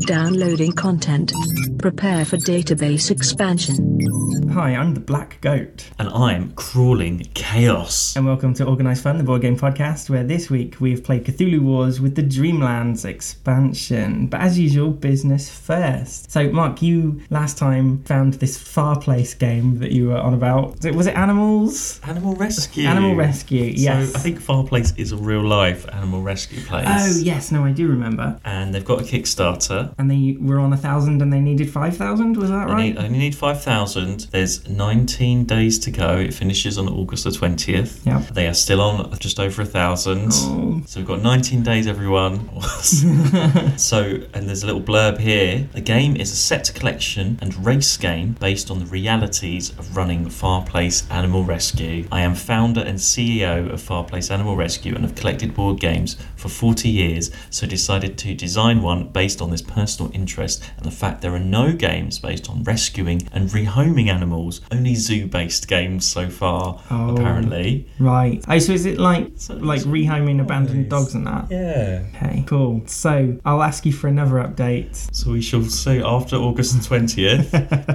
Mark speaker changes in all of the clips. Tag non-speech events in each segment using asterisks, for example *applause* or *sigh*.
Speaker 1: Downloading content. Prepare for database expansion.
Speaker 2: Hi, I'm the Black Goat,
Speaker 3: and I'm crawling chaos.
Speaker 2: and welcome to Organised Fun, the board game podcast, where this week we've played Cthulhu Wars with the Dreamlands expansion. But as usual, business first. So, Mark, you last time found this Far Place game that you were on about. Was it animals?
Speaker 3: Animal rescue.
Speaker 2: Animal rescue, yes.
Speaker 3: So I think Far Place is a real life animal rescue place.
Speaker 2: Oh, yes, no, I do remember.
Speaker 3: And they've got a Kickstarter.
Speaker 2: And they were on a thousand and they needed 5,000, was that
Speaker 3: They
Speaker 2: right?
Speaker 3: need, only need 5,000. There's 19 days to go. It finishes on August the 20th.
Speaker 2: Yep.
Speaker 3: They are still on just over a 1,000.
Speaker 2: Oh.
Speaker 3: So we've got 19 days, everyone.
Speaker 2: *laughs*
Speaker 3: so, and there's a little blurb here. The game is a set collection and race game based on the realities of running Far Place Animal Rescue. I am founder and CEO of Far Place Animal Rescue and have collected board games for 40 years, so decided to design one based on this personal interest and the fact there are no games based on rescuing and rehoming animals, only zoo based games so far,
Speaker 2: Oh.
Speaker 3: apparently.
Speaker 2: Right. Oh, so is it like
Speaker 3: So it's
Speaker 2: like rehoming abandoned
Speaker 3: nice.
Speaker 2: dogs and that?
Speaker 3: Yeah.
Speaker 2: Okay, cool. So I'll ask you for another update
Speaker 3: So we shall see after August
Speaker 2: *laughs*
Speaker 3: twentieth.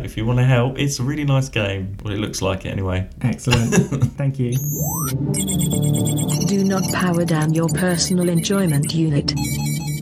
Speaker 3: if you want to help, it's a really nice game. Well, it looks like it anyway.
Speaker 2: Excellent. Thank you.
Speaker 1: Do not power down your personal enjoyment unit.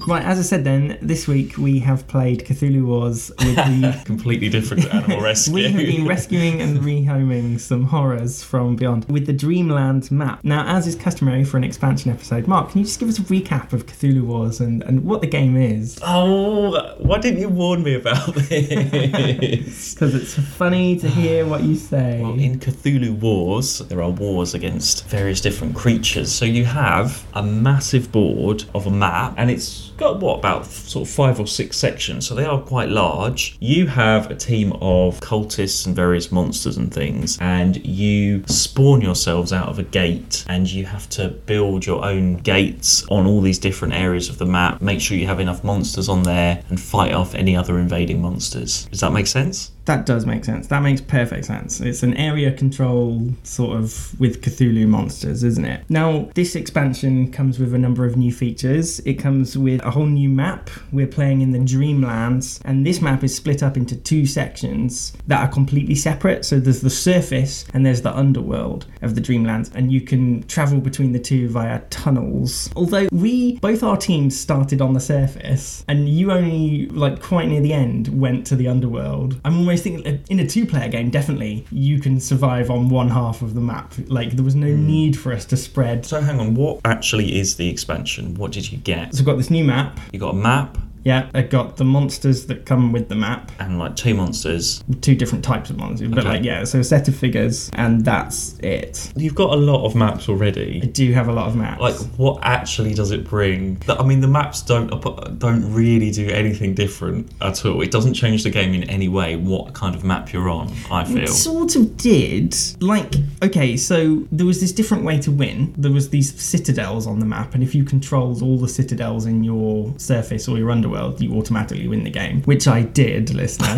Speaker 2: Right, as I said then, this week we have played Cthulhu Wars with *laughs* the.
Speaker 3: Completely different to *laughs* Animal
Speaker 2: *laughs*
Speaker 3: Rescue.
Speaker 2: We have been rescuing and rehoming some horrors from beyond with the Dreamland map. Now, as is customary for an expansion episode, Mark, can you just give us a recap of Cthulhu Wars and, and what the game is?
Speaker 3: *laughs* oh, why didn't you warn me
Speaker 2: *laughs*
Speaker 3: about this?
Speaker 2: Because it's funny to hear what you say.
Speaker 3: Well, in Cthulhu Wars, there are wars against various different creatures. So you have a massive board of a map, and it's got what about sort of five or six sections. So they are quite large. You have a team of cultists and various monsters and things, and you spawn yourselves out of a gate, and you have to build your own gates on all these different areas of the map. Make sure you have enough monsters on there, and fight off any other invading monsters. Does that make sense?
Speaker 2: That does make sense. That makes perfect sense. It's an area control sort of with Cthulhu monsters, isn't it? Now, this expansion comes with a number of new features. It comes with a whole new map. We're playing in the Dreamlands, and this map is split up into two sections that are completely separate. So there's the surface and there's the underworld of the Dreamlands, and you can travel between the two via tunnels. Although we both our teams started on the surface, and you only like quite near the end went to the underworld. I'm almost thinking uh, in a two-player game, definitely you can survive on one half of the map. Like there was no
Speaker 3: Hmm.
Speaker 2: need for us to spread. So
Speaker 3: So hang on, what actually is the expansion? What did you get?
Speaker 2: I've got this new map.
Speaker 3: You got a map
Speaker 2: Yeah, I've got the monsters that come with the map.
Speaker 3: and like two monsters.
Speaker 2: Two different types of monsters, but
Speaker 3: Okay.
Speaker 2: like yeah, so a set of figures, and that's it.
Speaker 3: You've got a lot of maps
Speaker 2: I
Speaker 3: already.
Speaker 2: do have a lot of maps.
Speaker 3: Like, what actually does it bring? The- I mean, the maps don't don't really do anything different at all. It doesn't change the game in any way. What kind of map you're on, I
Speaker 2: Mm,
Speaker 3: feel.
Speaker 2: sort of did. Like, okay, so there was this different way to win. There was these citadels on the map, and if you controlled all the citadels in your surface or your underworld, you automatically win the game, which I did, listener.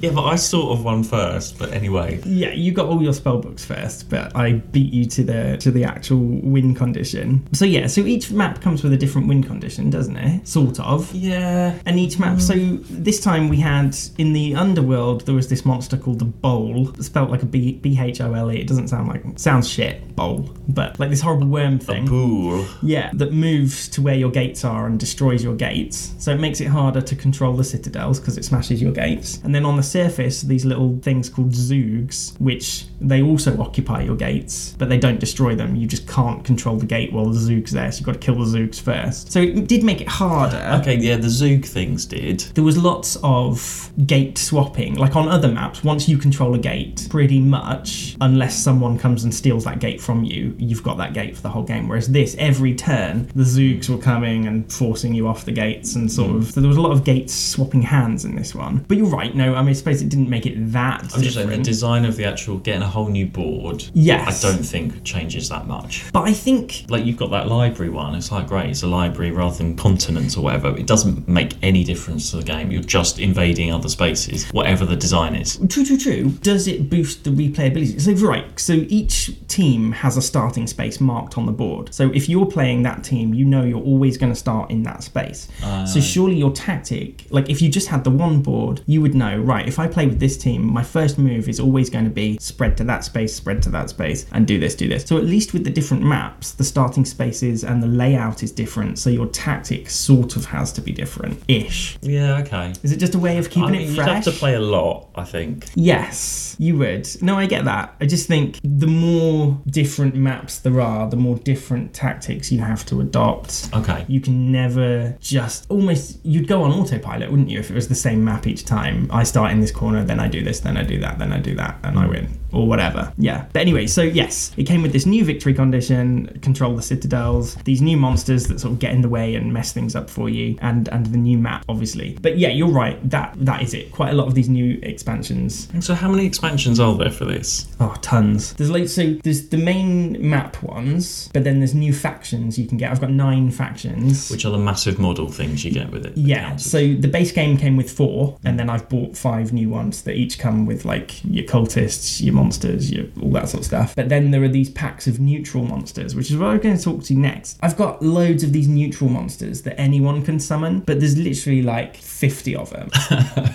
Speaker 3: yeah, but I sort of won first. But anyway,
Speaker 2: yeah, you got all your spellbooks first, but I beat you to the to the actual win condition. So yeah, so each map comes with a different win condition, doesn't it? Sort of.
Speaker 3: yeah.
Speaker 2: And each map. So this time we had in the underworld there was this monster called the Bowl, spelt like a B B H O L E. It doesn't sound like sounds shit bowl, but like this horrible worm thing.
Speaker 3: Pool.
Speaker 2: Yeah, that moves to where your gates are and destroys your gates. So it makes it harder to control the citadels because it smashes your gates. And then on the surface, these little things called zoogs, which they also occupy your gates, but they don't destroy them. You just can't control the gate while the zoog's there, so you've got to kill the zoogs first. So it did make it harder.
Speaker 3: Okay, yeah, the Zoog things did.
Speaker 2: There was lots of gate swapping. Like on other maps, once you control a gate, pretty much, unless someone comes and steals that gate from you, you've got that gate for the whole game. Whereas this, every turn, the Zoogs were coming and forcing you off the gates and
Speaker 3: Hmm.
Speaker 2: sort of. So there was a lot of gates swapping hands in this one. But you're right, no, I mean, I suppose it didn't make it that.
Speaker 3: I'm just saying the
Speaker 2: different.
Speaker 3: design of the actual getting a whole new board.
Speaker 2: Yes.
Speaker 3: I don't think changes that much.
Speaker 2: But I think
Speaker 3: like you've got that library one it's like great it's a library rather than continents or whatever it doesn't make any difference to the game you're just invading other spaces whatever the design is
Speaker 2: True, true, true. Does it boost the replayability? So, right, so each team has a starting
Speaker 3: Ah.
Speaker 2: space marked on the board. So, if you're playing that team, you know you're always going to start in that space. so, surely your tactic, like if you just had the one board, you would know, right, if I play with this team, my first move is always going to be spread to that space, spread to that space, and do this, do this. So at least with the different maps, the starting spaces and the layout is different. So your tactic sort of has to be different ish.
Speaker 3: Yeah, okay.
Speaker 2: Is it just a way of keeping
Speaker 3: I mean,
Speaker 2: it
Speaker 3: you'd
Speaker 2: fresh?
Speaker 3: have to play a lot, I think.
Speaker 2: Yes, you would. No, I get that. I just think the more different maps there are, the more different tactics you have to adopt.
Speaker 3: Okay.
Speaker 2: You can never just almost you'd go on autopilot, wouldn't you, if it was the same map each time. I start in this corner, then I do this, then I do that, then I do that, and I win. Or whatever. Yeah. But anyway, so yes, it came with this new victory condition, control the citadels, these new monsters that sort of get in the way and mess things up for you, and and the new map, obviously. But yeah, you're right, that that is it. Quite a lot of these new expansions
Speaker 3: And so, how many expansions are there for this?
Speaker 2: Oh, tons. There's like so there's the main map ones, but then there's new factions you can get. I've got nine factions.
Speaker 3: Which are the massive model things you get with it? the
Speaker 2: yeah,
Speaker 3: counters?
Speaker 2: so the base game came with four, and then I've bought five new ones that each come with like your cultists, your monsters, your all that sort of stuff. But then there are these packs of neutral monsters, which is what I'm going to talk to you next. I've got loads of these neutral monsters that anyone can summon, but there's literally like 50 of
Speaker 3: *laughs*
Speaker 2: them.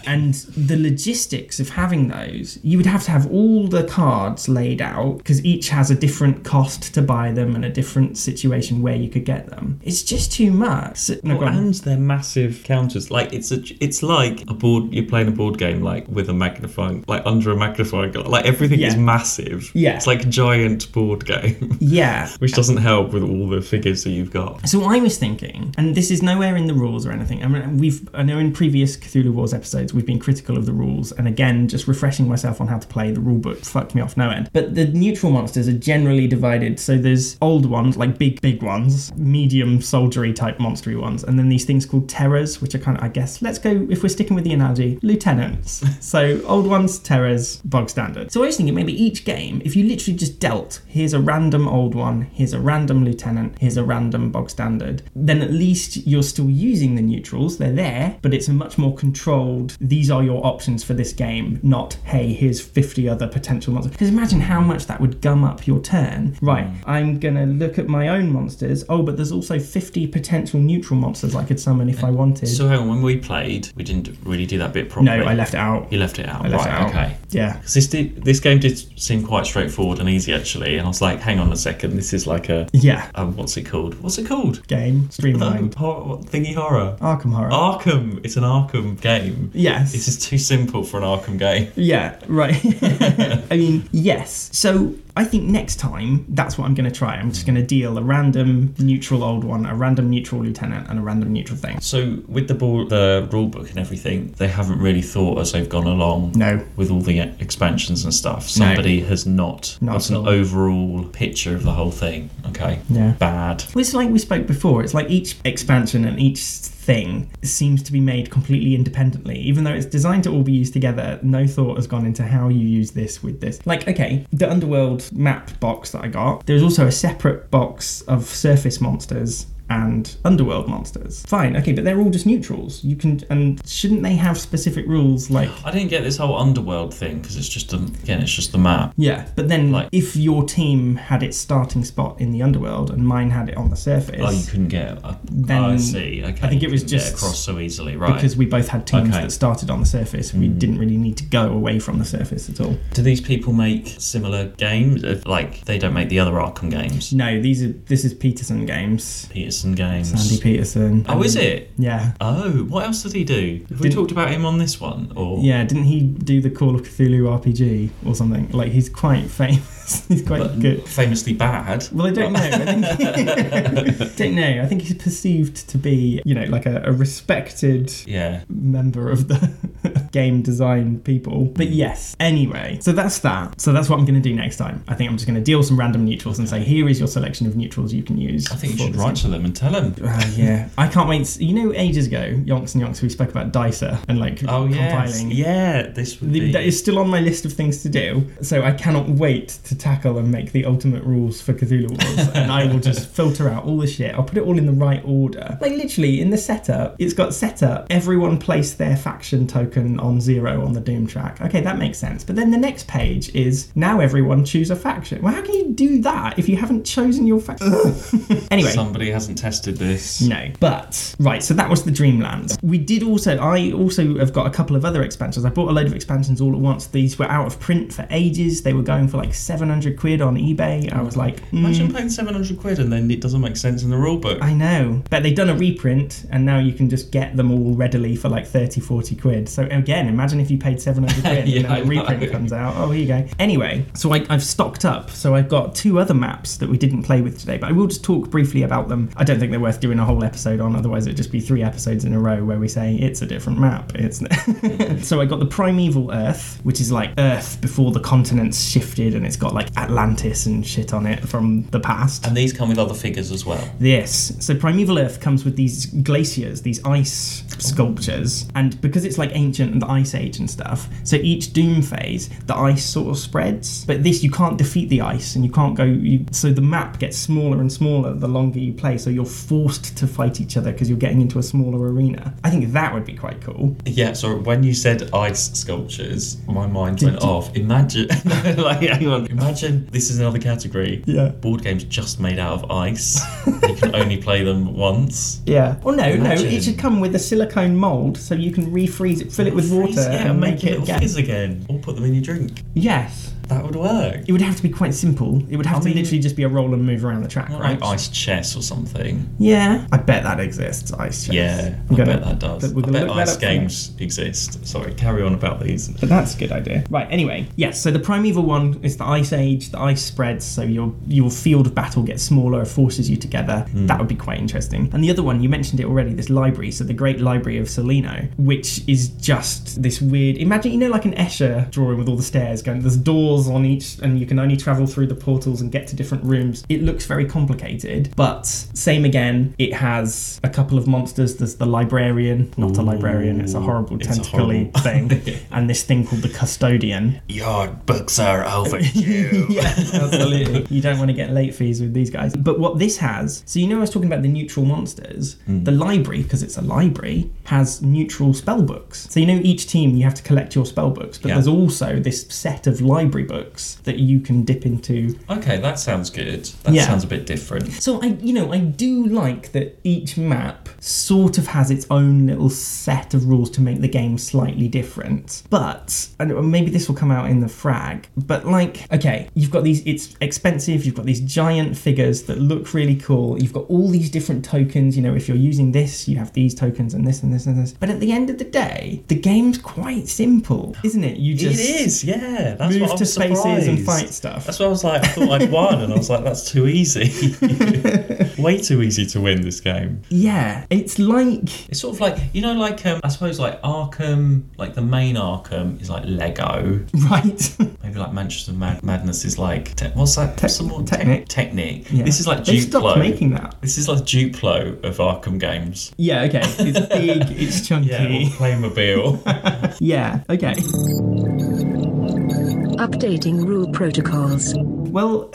Speaker 2: and the logistics of having those, you would have to have all the cards laid out because each has a different cost to buy them and a different situation where you could get them. It's just too much. So- no,
Speaker 3: Oh,
Speaker 2: go on.
Speaker 3: and they're massive counters. Like it's a, it's like a board. You're playing a board game like with a magnifying, like under a magnifying glass. Like everything is
Speaker 2: Yeah.
Speaker 3: massive.
Speaker 2: Yeah.
Speaker 3: it's like a giant board *laughs* game,
Speaker 2: yeah.
Speaker 3: which doesn't help with all the figures that you've got.
Speaker 2: So I was thinking, and this is nowhere in the rules or anything. I mean, we've I know in previous Cthulhu Wars episodes we've been critical of the rules, and again, just refreshing myself on how to play the rule book fucked me off no end. But the neutral monsters are generally divided. So there's old ones, like big big ones, medium soldiery type monstery ones, and then these things called terrors, which are kind of I guess let's go if we're sticking with the analogy, lieutenants. *laughs* so old ones, terrors, bog standard. So I was thinking maybe each game, if you literally just dealt, here's a random old one, here's a random lieutenant, here's a random bog standard, then at least you're still using the neutrals. They're there, but it's a much more controlled, these are your options for this game, not, hey, here's 50 other potential monsters. Because imagine how much that would gum up your turn. Right,
Speaker 3: Mm.
Speaker 2: I'm going to look at my own monsters. Oh, but there's also 50 potential neutral monsters I could summon if I wanted.
Speaker 3: So hang on, when we played, we didn't really do that bit
Speaker 2: no,
Speaker 3: properly.
Speaker 2: I left it out.
Speaker 3: You left it out.
Speaker 2: I left
Speaker 3: right.
Speaker 2: it out.
Speaker 3: Okay.
Speaker 2: Yeah.
Speaker 3: 'Cause This, did, this game did seem quite straightforward and easy actually, and I was like, "Hang on a second, this is like a,
Speaker 2: Yeah.
Speaker 3: um, what's it called? What's it called?
Speaker 2: Game.
Speaker 3: Um, *laughs*
Speaker 2: Streamlined.
Speaker 3: horror, thingy horror.
Speaker 2: Arkham Horror.
Speaker 3: Arkham. It's an Arkham game.
Speaker 2: Yes.
Speaker 3: This is too simple for an Arkham game.
Speaker 2: Yeah, right. *laughs* I mean, yes. So I think next time that's what I'm going to try. I'm just going to deal a random neutral old one, a random neutral lieutenant, and a random neutral thing.
Speaker 3: So with the board, the rule book and everything, they haven't really thought as they've gone along.
Speaker 2: No.
Speaker 3: With all the expansions and stuff, somebody has not
Speaker 2: Not
Speaker 3: got
Speaker 2: at
Speaker 3: an
Speaker 2: all.
Speaker 3: overall picture of the whole thing. Okay.
Speaker 2: Yeah.
Speaker 3: Bad.
Speaker 2: Well, it's like we spoke before. It's like each expansion and each thing seems to be made completely independently. Even though it's designed to all be used together, no thought has gone into how you use this with this. Like, okay, the Underworld map box that I got, there's also a separate box of surface monsters and underworld monsters. Fine, okay, but they're all just neutrals. You can and shouldn't they have specific rules like
Speaker 3: I didn't get this whole underworld thing because it's just the, again, it's just the map.
Speaker 2: yeah, but then
Speaker 3: Like-
Speaker 2: like if your team had its starting spot in the underworld and mine had it on the surface,
Speaker 3: Oh, you couldn't get. A,
Speaker 2: Then-
Speaker 3: I see. Okay.
Speaker 2: I think it
Speaker 3: you
Speaker 2: was
Speaker 3: couldn't get
Speaker 2: just
Speaker 3: across so easily, right?
Speaker 2: because we both had teams
Speaker 3: Okay. Hmm.
Speaker 2: that started on the surface and we didn't really need to go away from the surface at all.
Speaker 3: Do these people make similar games? If, Like they don't make the other Arkham games,
Speaker 2: No, these are this is Peterson games.
Speaker 3: Peterson games.
Speaker 2: Sandy Peterson.
Speaker 3: Oh, is it?
Speaker 2: Yeah.
Speaker 3: Oh, what else did he do? Have we
Speaker 2: Didn't-
Speaker 3: talked about him on this one? Or
Speaker 2: Yeah, didn't he do the Call of Cthulhu RPG or something? Like he's quite *laughs* famous. he's quite
Speaker 3: but
Speaker 2: good.
Speaker 3: famously bad.
Speaker 2: Well, I don't know. I
Speaker 3: *laughs*
Speaker 2: think, *laughs* don't know. I think he's perceived to be, you know, like a, a respected
Speaker 3: Yeah.
Speaker 2: member of the *laughs* game design people.
Speaker 3: Hmm.
Speaker 2: But yes, anyway, so that's that. So that's what I'm going to do next time. I think I'm just going to deal some random neutrals and say, here is your selection of neutrals you can use.
Speaker 3: I think you
Speaker 2: for
Speaker 3: should
Speaker 2: this
Speaker 3: write to them and tell them.
Speaker 2: game. Ah, yeah, I can't wait. You know, ages ago, Yonks and Yonks, we spoke about Dicer and like
Speaker 3: Oh, yeah.
Speaker 2: compiling.
Speaker 3: Yeah, this would
Speaker 2: The-
Speaker 3: be.
Speaker 2: That is still on my list of things to do, so I cannot wait to tackle and make the ultimate rules for Cthulhu Wars. and I will just filter out all the shit. I'll put it all in the right order. Like literally in the setup, it's got setup. Everyone place their faction token on zero on the Doom track. Okay, that makes sense. But then the next page is now everyone choose a faction. Well, how can you do that if you haven't chosen your faction? *laughs* anyway.
Speaker 3: Somebody hasn't tested this.
Speaker 2: No, but right. So that was the Dreamlands. We did also. I also have got a couple of other expansions. I bought a load of expansions all at once. These were out of print for ages. They were going for like seven hundred quid on eBay. I was like, mm,
Speaker 3: Imagine paying 700 quid and then it doesn't make sense in the rulebook.
Speaker 2: I know, but they've done a reprint and now you can just get them all readily for like 30, 40 quid. So again, imagine if you paid
Speaker 3: *laughs*
Speaker 2: 700 quid
Speaker 3: Yeah,
Speaker 2: and then
Speaker 3: I
Speaker 2: the reprint
Speaker 3: know.
Speaker 2: comes out. Oh, here you go. Anyway, so I, I've stocked up. So I've got two other maps that we didn't play with today, but I will just talk briefly about them. I don't think they're worth doing a whole episode on, otherwise it'd just be three episodes in a row where we say it's a different map. It's *laughs* so I got the Primeval Earth, which is like Earth before the continents shifted, and it's got like Atlantis and shit on it from the past.
Speaker 3: And these come with other figures as well.
Speaker 2: Yes. So Primeval Earth comes with these glaciers, these ice sculptures, and because it's like ancient and the ice age and stuff, so each doom phase, the ice sort of spreads. But this, you can't defeat the ice, and you can't go. You, so the map gets smaller and smaller the longer you play. So you're forced to fight each other because you're getting into a smaller arena. I think that would be quite cool.
Speaker 3: Yeah, so when you said ice sculptures, my mind went off. Imagine, *laughs* like, hang on, imagine this is another category.
Speaker 2: Yeah.
Speaker 3: Board games just made out of ice. you
Speaker 2: *laughs*
Speaker 3: can only play them once.
Speaker 2: Yeah. Or Oh, no, no.
Speaker 3: Imagine.
Speaker 2: It should come with a silicone mold, so you can refreeze it, fill it with water,
Speaker 3: Freeze- yeah,
Speaker 2: and make it
Speaker 3: little
Speaker 2: again.
Speaker 3: fizz again. Or put them in your drink.
Speaker 2: Yes.
Speaker 3: That would work.
Speaker 2: It would have to be quite simple. It would have to
Speaker 3: mean-
Speaker 2: literally just be a roll and move around the track, right?
Speaker 3: Like ice chess or something.
Speaker 2: Yeah. I bet that exists, ice chess.
Speaker 3: Yeah, I
Speaker 2: We're gonna-
Speaker 3: bet that does.
Speaker 2: but we're
Speaker 3: I
Speaker 2: gonna
Speaker 3: bet
Speaker 2: look that
Speaker 3: ice
Speaker 2: up for next-
Speaker 3: games exist. Sorry, carry on about these.
Speaker 2: But that's a good idea. Right, anyway. Yes, so the primeval one is the ice age, the ice spreads, so your your field of battle gets smaller, it forces you together.
Speaker 3: Hmm.
Speaker 2: That would be quite interesting. And the other one, you mentioned it already, this library, so the Great Library of Salino, which is just this weird imagine you know like an Escher drawing with all the stairs going there's doors on each and you can only travel through the portals and get to different rooms. It looks very complicated, but same again, it has a couple of monsters. There's the librarian, not a librarian, it's a horrible
Speaker 3: It's a
Speaker 2: tentacly
Speaker 3: horrible- *laughs*
Speaker 2: thing *laughs* and this thing called the custodian.
Speaker 3: Your books are *laughs* overdue.
Speaker 2: yeah, absolutely. *laughs* you don't want to get late fees with these guys. But what this has, so you know, I was talking about the neutral monsters. The library, because it's a library, has neutral spell books. So you know, each team you have to collect your spell books, but
Speaker 3: Yeah.
Speaker 2: there's also this set of library books that you can dip into.
Speaker 3: Okay, that sounds good. That
Speaker 2: Yeah.
Speaker 3: sounds a bit different.
Speaker 2: So I, you know, I do like that each map sort of has its own little set of rules to make the game slightly different. But and maybe this will come out in the frag. But like, okay, you've got these. It's expensive. You've got these giant figures that look really cool. You've got all these different tokens. You know, if you're using this, you have these tokens and this and this and this. But at the end of the day, the game's quite simple, isn't it? You just
Speaker 3: it is, yeah. That's what I
Speaker 2: move
Speaker 3: was
Speaker 2: to spaces and
Speaker 3: surprised.
Speaker 2: fight stuff.
Speaker 3: That's why I was like, I thought I'd won, and I was like, that's
Speaker 2: *laughs*
Speaker 3: too easy. Way too easy to win this game.
Speaker 2: Yeah, it's like *laughs*
Speaker 3: It's sort of like you know, like um, I suppose like Arkham, like the main Arkham is like Lego.
Speaker 2: right.
Speaker 3: Maybe like Manchester Mad- Madness is like te- what's that?
Speaker 2: Tec-
Speaker 3: Some more
Speaker 2: Technic.
Speaker 3: technique.
Speaker 2: Yeah.
Speaker 3: This is like
Speaker 2: they
Speaker 3: Duplo.
Speaker 2: stopped making that.
Speaker 3: This is like Duplo of Arkham games.
Speaker 2: Yeah, okay. *laughs* It's big, it's chunky.
Speaker 3: Yeah, or
Speaker 2: *laughs*
Speaker 3: Playmobil.
Speaker 2: yeah, okay.
Speaker 1: Updating rule protocols.
Speaker 3: *laughs*
Speaker 2: Well,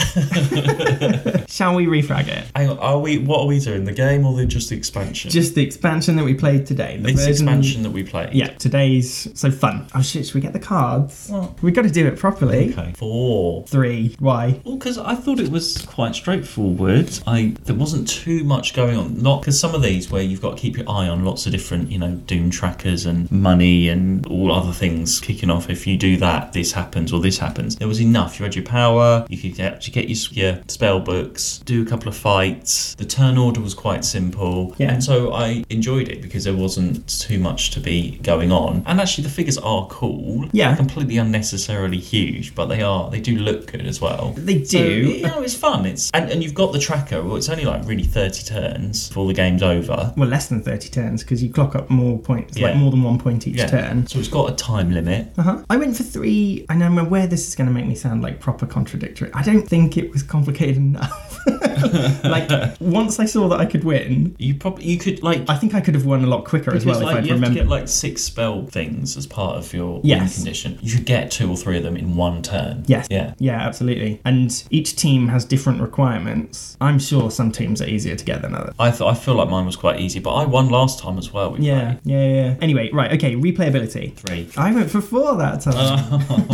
Speaker 2: shall we refrag it?
Speaker 3: Hang on, are we? What are we doing? The game or the just the expansion?
Speaker 2: Just the expansion that we played today. The
Speaker 3: this
Speaker 2: version-
Speaker 3: expansion that we played.
Speaker 2: Yeah, today's so fun. Oh shit, should we get the cards?
Speaker 3: Well-
Speaker 2: we got to do it properly.
Speaker 3: Okay. Four.
Speaker 2: Three. Why?
Speaker 3: Well, because I thought it was quite straightforward. I there wasn't too much going on. Not because some of these where you've got to keep your eye on lots of different, you know, doom trackers and money and all other things kicking off. If you do that, this happens or this happens. There was enough. You had your power. You could get to get your, s- your spell books. Do a couple of fights. The turn order was quite simple.
Speaker 2: Yeah.
Speaker 3: And so I enjoyed it because there wasn't too much to be going on. And actually, the figures are cool.
Speaker 2: Yeah.
Speaker 3: Completely unnecessarily huge, but they are. They do look good as well.
Speaker 2: They do.
Speaker 3: So, you know, it's fun. It's and, and you've got the tracker. Well, it's only like really thirty turns before the game's over.
Speaker 2: Well, less than thirty turns because you clock up more points, like
Speaker 3: Yeah.
Speaker 2: more than one point each turn.
Speaker 3: So it's got a time limit.
Speaker 2: Uh-huh. I went for three, and I'm aware this is going to make me sound like proper contradictory. I don't think it was complicated enough. *laughs* like once I saw that I could win,
Speaker 3: You probably you could like
Speaker 2: I think I could have won a lot quicker as
Speaker 3: Because
Speaker 2: well if
Speaker 3: like,
Speaker 2: I'd
Speaker 3: you have to
Speaker 2: remembered.
Speaker 3: get like six spell things as part of your
Speaker 2: Yes.
Speaker 3: win condition. You should get two or three of them in one turn.
Speaker 2: Yes.
Speaker 3: Yeah.
Speaker 2: Yeah, absolutely. And each team has different requirements. I'm sure some teams are easier to get than others.
Speaker 3: I th- I feel like mine was quite easy, but I won last time as well. We
Speaker 2: Yeah, yeah, yeah. Anyway, right, okay, replayability.
Speaker 3: played three.
Speaker 2: I went for four that time.
Speaker 3: Uh.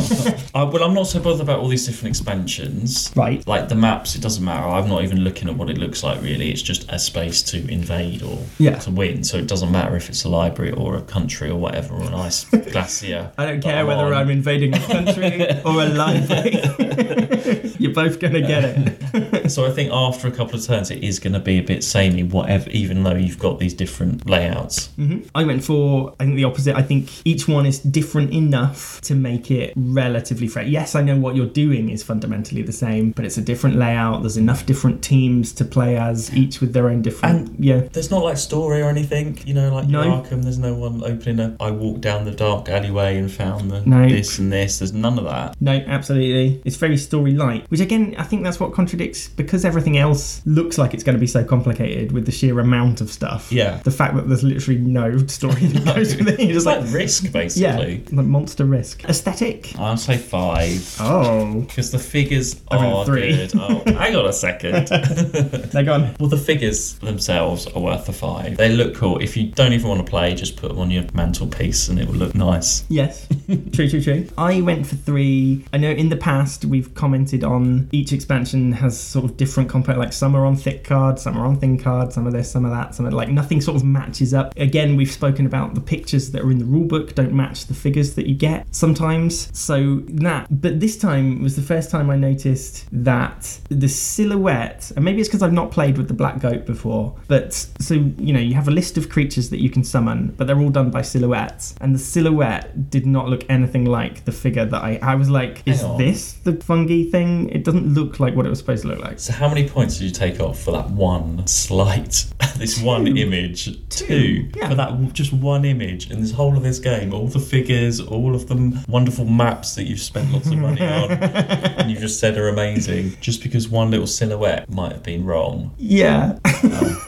Speaker 3: I, well, I'm not so bothered about all these different expansions.
Speaker 2: right.
Speaker 3: Like the maps, it doesn't matter. I'm not even looking at what it looks like really. It's just a space to invade or
Speaker 2: Yeah.
Speaker 3: to win. So it doesn't matter if it's a library or a country or whatever or
Speaker 2: *laughs*
Speaker 3: an ice glacier.
Speaker 2: I don't
Speaker 3: that
Speaker 2: care whether
Speaker 3: on.
Speaker 2: I'm invading a country or a library. *laughs* You're both gonna get
Speaker 3: *laughs*
Speaker 2: it.
Speaker 3: *laughs* So I think after a couple of turns, it is going to be a bit samey, whatever. Even though you've got these different layouts,
Speaker 2: Hmm? I went for I think the opposite. I think each one is different enough to make it relatively fresh. Yes, I know what you're doing is fundamentally the same, but it's a different layout. There's enough different teams to play as, each with their own different. yeah,
Speaker 3: there's not like story or anything. You know, like
Speaker 2: No.
Speaker 3: Arkham, there's no one opening a. I walked down the dark alleyway and found the
Speaker 2: No.
Speaker 3: this and this. There's none of that.
Speaker 2: no, absolutely. It's very story light, which again I think that's what contradicts because everything else looks like it's going to be so complicated with the sheer amount of stuff.
Speaker 3: Yeah.
Speaker 2: the fact that there's literally *laughs* no story that goes with it. You're
Speaker 3: It's
Speaker 2: just
Speaker 3: *laughs* like
Speaker 2: like *laughs*
Speaker 3: risk,
Speaker 2: yeah,
Speaker 3: basically.
Speaker 2: like monster risk aesthetic.
Speaker 3: I'll say five
Speaker 2: Oh,
Speaker 3: because the figures
Speaker 2: I went
Speaker 3: are
Speaker 2: three. *laughs*
Speaker 3: good. Oh, hang on a second.
Speaker 2: they're gone.
Speaker 3: Well, the figures themselves are worth a five. They look cool. If you don't even want to play, just put them on your mantelpiece and it will look nice.
Speaker 2: Yes, *laughs* true, true, true. I went for three. I know in the past we've commented on each expansion has sort of different component. Like some are on thick cards, some are on thin cards, some are this, some are that, some are like nothing sort of matches up. Again, we've spoken about the pictures that are in the rulebook don't match the figures that you get sometimes. So that, but this time was the first time I noticed that the silhouette, and maybe it's because I've not played with the black goat before, but so you know you have a list of creatures that you can summon, but they're all done by silhouettes, and the silhouette did not look anything like the figure that I. I was like, is
Speaker 3: Hang on.
Speaker 2: this the fungi thing? It doesn't look like what it was supposed to look like.
Speaker 3: So how many points did you take off for that one slight, *laughs* this one image? Two.
Speaker 2: yeah.
Speaker 3: For that w- just one image in this whole of this game, all the figures, all of the m- wonderful maps that you've spent lots of
Speaker 2: *laughs*
Speaker 3: money on, and you've just said are amazing, just because one little silhouette might have been wrong.
Speaker 2: Yeah.
Speaker 3: Oh.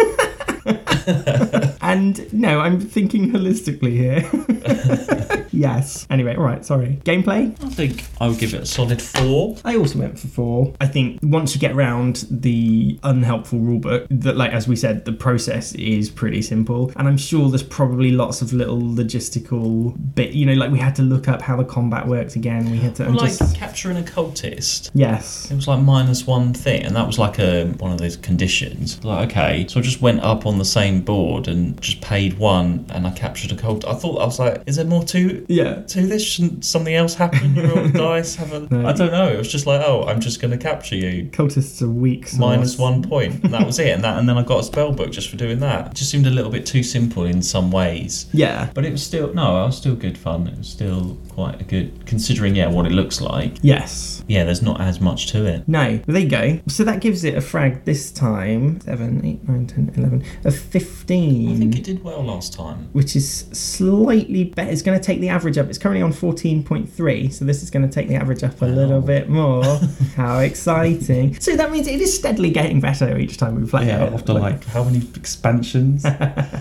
Speaker 2: *laughs* and no, I'm thinking holistically here. *laughs* yes. Anyway, all right, sorry. Gameplay?
Speaker 3: I think I would give it a solid four.
Speaker 2: I also went for four. I think once you get round the unhelpful rulebook, that like as we said, the process is pretty simple, and I'm sure there's probably lots of little logistical bit. You know, like we had to look up how the combat works again. We had to and
Speaker 3: like
Speaker 2: just
Speaker 3: capturing a cultist.
Speaker 2: yes,
Speaker 3: It was like minus one thing, and that was like a one of those conditions. Like, okay, so I just went up on the same board and just paid one, and I captured a cold. I thought I was like, is there more to
Speaker 2: yeah.
Speaker 3: to this? Shouldn't something else happen? You
Speaker 2: *laughs*
Speaker 3: roll the dice, have a.
Speaker 2: No.
Speaker 3: I don't know. It was just like, oh, I'm just gonna capture you.
Speaker 2: Cultists are weak. so-
Speaker 3: Minus one
Speaker 2: *laughs*
Speaker 3: point. And that was it, and that, and then I got a spell book just for doing that. It just seemed a little bit too simple in some ways.
Speaker 2: Yeah.
Speaker 3: But it was still no, it was still good fun. It was still quite a good considering, yeah, what it looks like.
Speaker 2: Yes.
Speaker 3: Yeah, there's not as much to it.
Speaker 2: No, there you go. So that gives it a frag this time. 7, 8, 9, 10, 11, a 15.
Speaker 3: I think it did well last time.
Speaker 2: which is slightly better. It's going to take the average up. It's currently on 14.3, so this is going to take the average up a little bit more.
Speaker 3: *laughs*
Speaker 2: How exciting. So that means it is steadily getting better each time we play it.
Speaker 3: how many
Speaker 2: *laughs*
Speaker 3: expansions?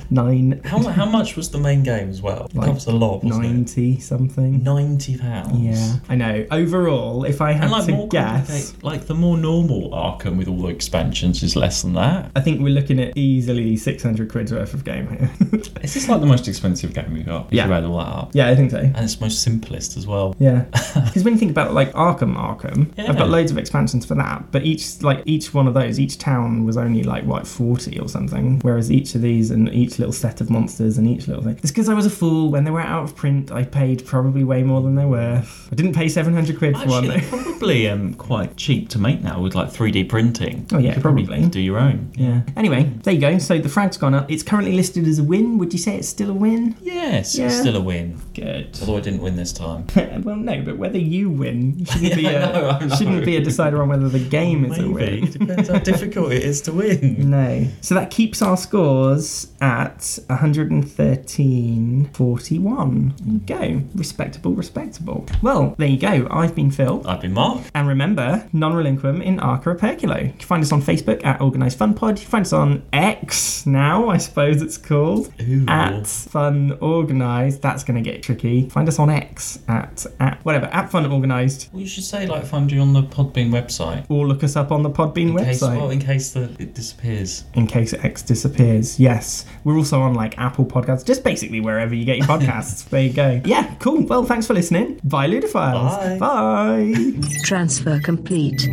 Speaker 2: nine,
Speaker 3: how, mu- how much was the main game as well?
Speaker 2: Like
Speaker 3: that was a lot, wasn't it?
Speaker 2: 90 something.
Speaker 3: Ninety pounds.
Speaker 2: Yeah, I know. Overall, if I had
Speaker 3: And like
Speaker 2: to
Speaker 3: more
Speaker 2: guess,
Speaker 3: complicated- like the more normal Arkham with all the expansions is less than that.
Speaker 2: I think we're looking at easily 600 quid's worth of game here. *laughs*
Speaker 3: Is this like the most expensive game we've got? If
Speaker 2: Yeah.
Speaker 3: you add all that up.
Speaker 2: yeah, I think so.
Speaker 3: And it's most simplest as well.
Speaker 2: Yeah, *laughs* because when you think about like Arkham, Arkham,
Speaker 3: Yeah.
Speaker 2: I've got loads of expansions for that, but each like each one of those, each town was only like what forty or something, whereas each of these and each little set of monsters and each little thing. It's because I was a fool when they were out of print. I paid probably way more than they're worth. I didn't pay seven hundred quid for one.
Speaker 3: Actually,
Speaker 2: *laughs*
Speaker 3: they're probably um, quite cheap to make now with like 3D printing.
Speaker 2: Oh, yeah,
Speaker 3: you could probably
Speaker 2: probably.
Speaker 3: do your own.
Speaker 2: Yeah. Anyway, there you go. So the frag's gone up. It's currently listed as a win. Would you say it's still a win?
Speaker 3: Yes, it's
Speaker 2: Yeah.
Speaker 3: still a win.
Speaker 2: Good.
Speaker 3: Although I didn't win this time.
Speaker 2: *laughs* well, no, but whether you win shouldn't be
Speaker 3: *laughs* Yeah,
Speaker 2: a
Speaker 3: I know, I know.
Speaker 2: shouldn't be a decider on whether the game is a
Speaker 3: Maybe.
Speaker 2: win.
Speaker 3: Depends how difficult it is to win.
Speaker 2: No. So that keeps our scores at 113 41. Go. Respectable, respectable. Well, there you go. I've been Phil.
Speaker 3: I've been Mark.
Speaker 2: And remember, non relinquum in Arca Operculo. You can find us on Facebook at Organised Fun Pod. You can find us on X now, I suppose it's called.
Speaker 3: Ooh.
Speaker 2: At Fun Organised. That's going to get tricky. Find us on X at, at whatever, at Fun Organised.
Speaker 3: Well, you should say, like, find you on the Podbean website.
Speaker 2: Or look us up on the Podbean
Speaker 3: In case,
Speaker 2: website
Speaker 3: well, in case the, it disappears.
Speaker 2: in case X disappears. Yes. We're also on like Apple Podcasts, just basically wherever you *laughs* get your podcasts. there you go. Yeah, cool. Well, thanks for listening. Bye, Ludophiles.
Speaker 3: Bye.
Speaker 2: Bye.
Speaker 1: Transfer complete.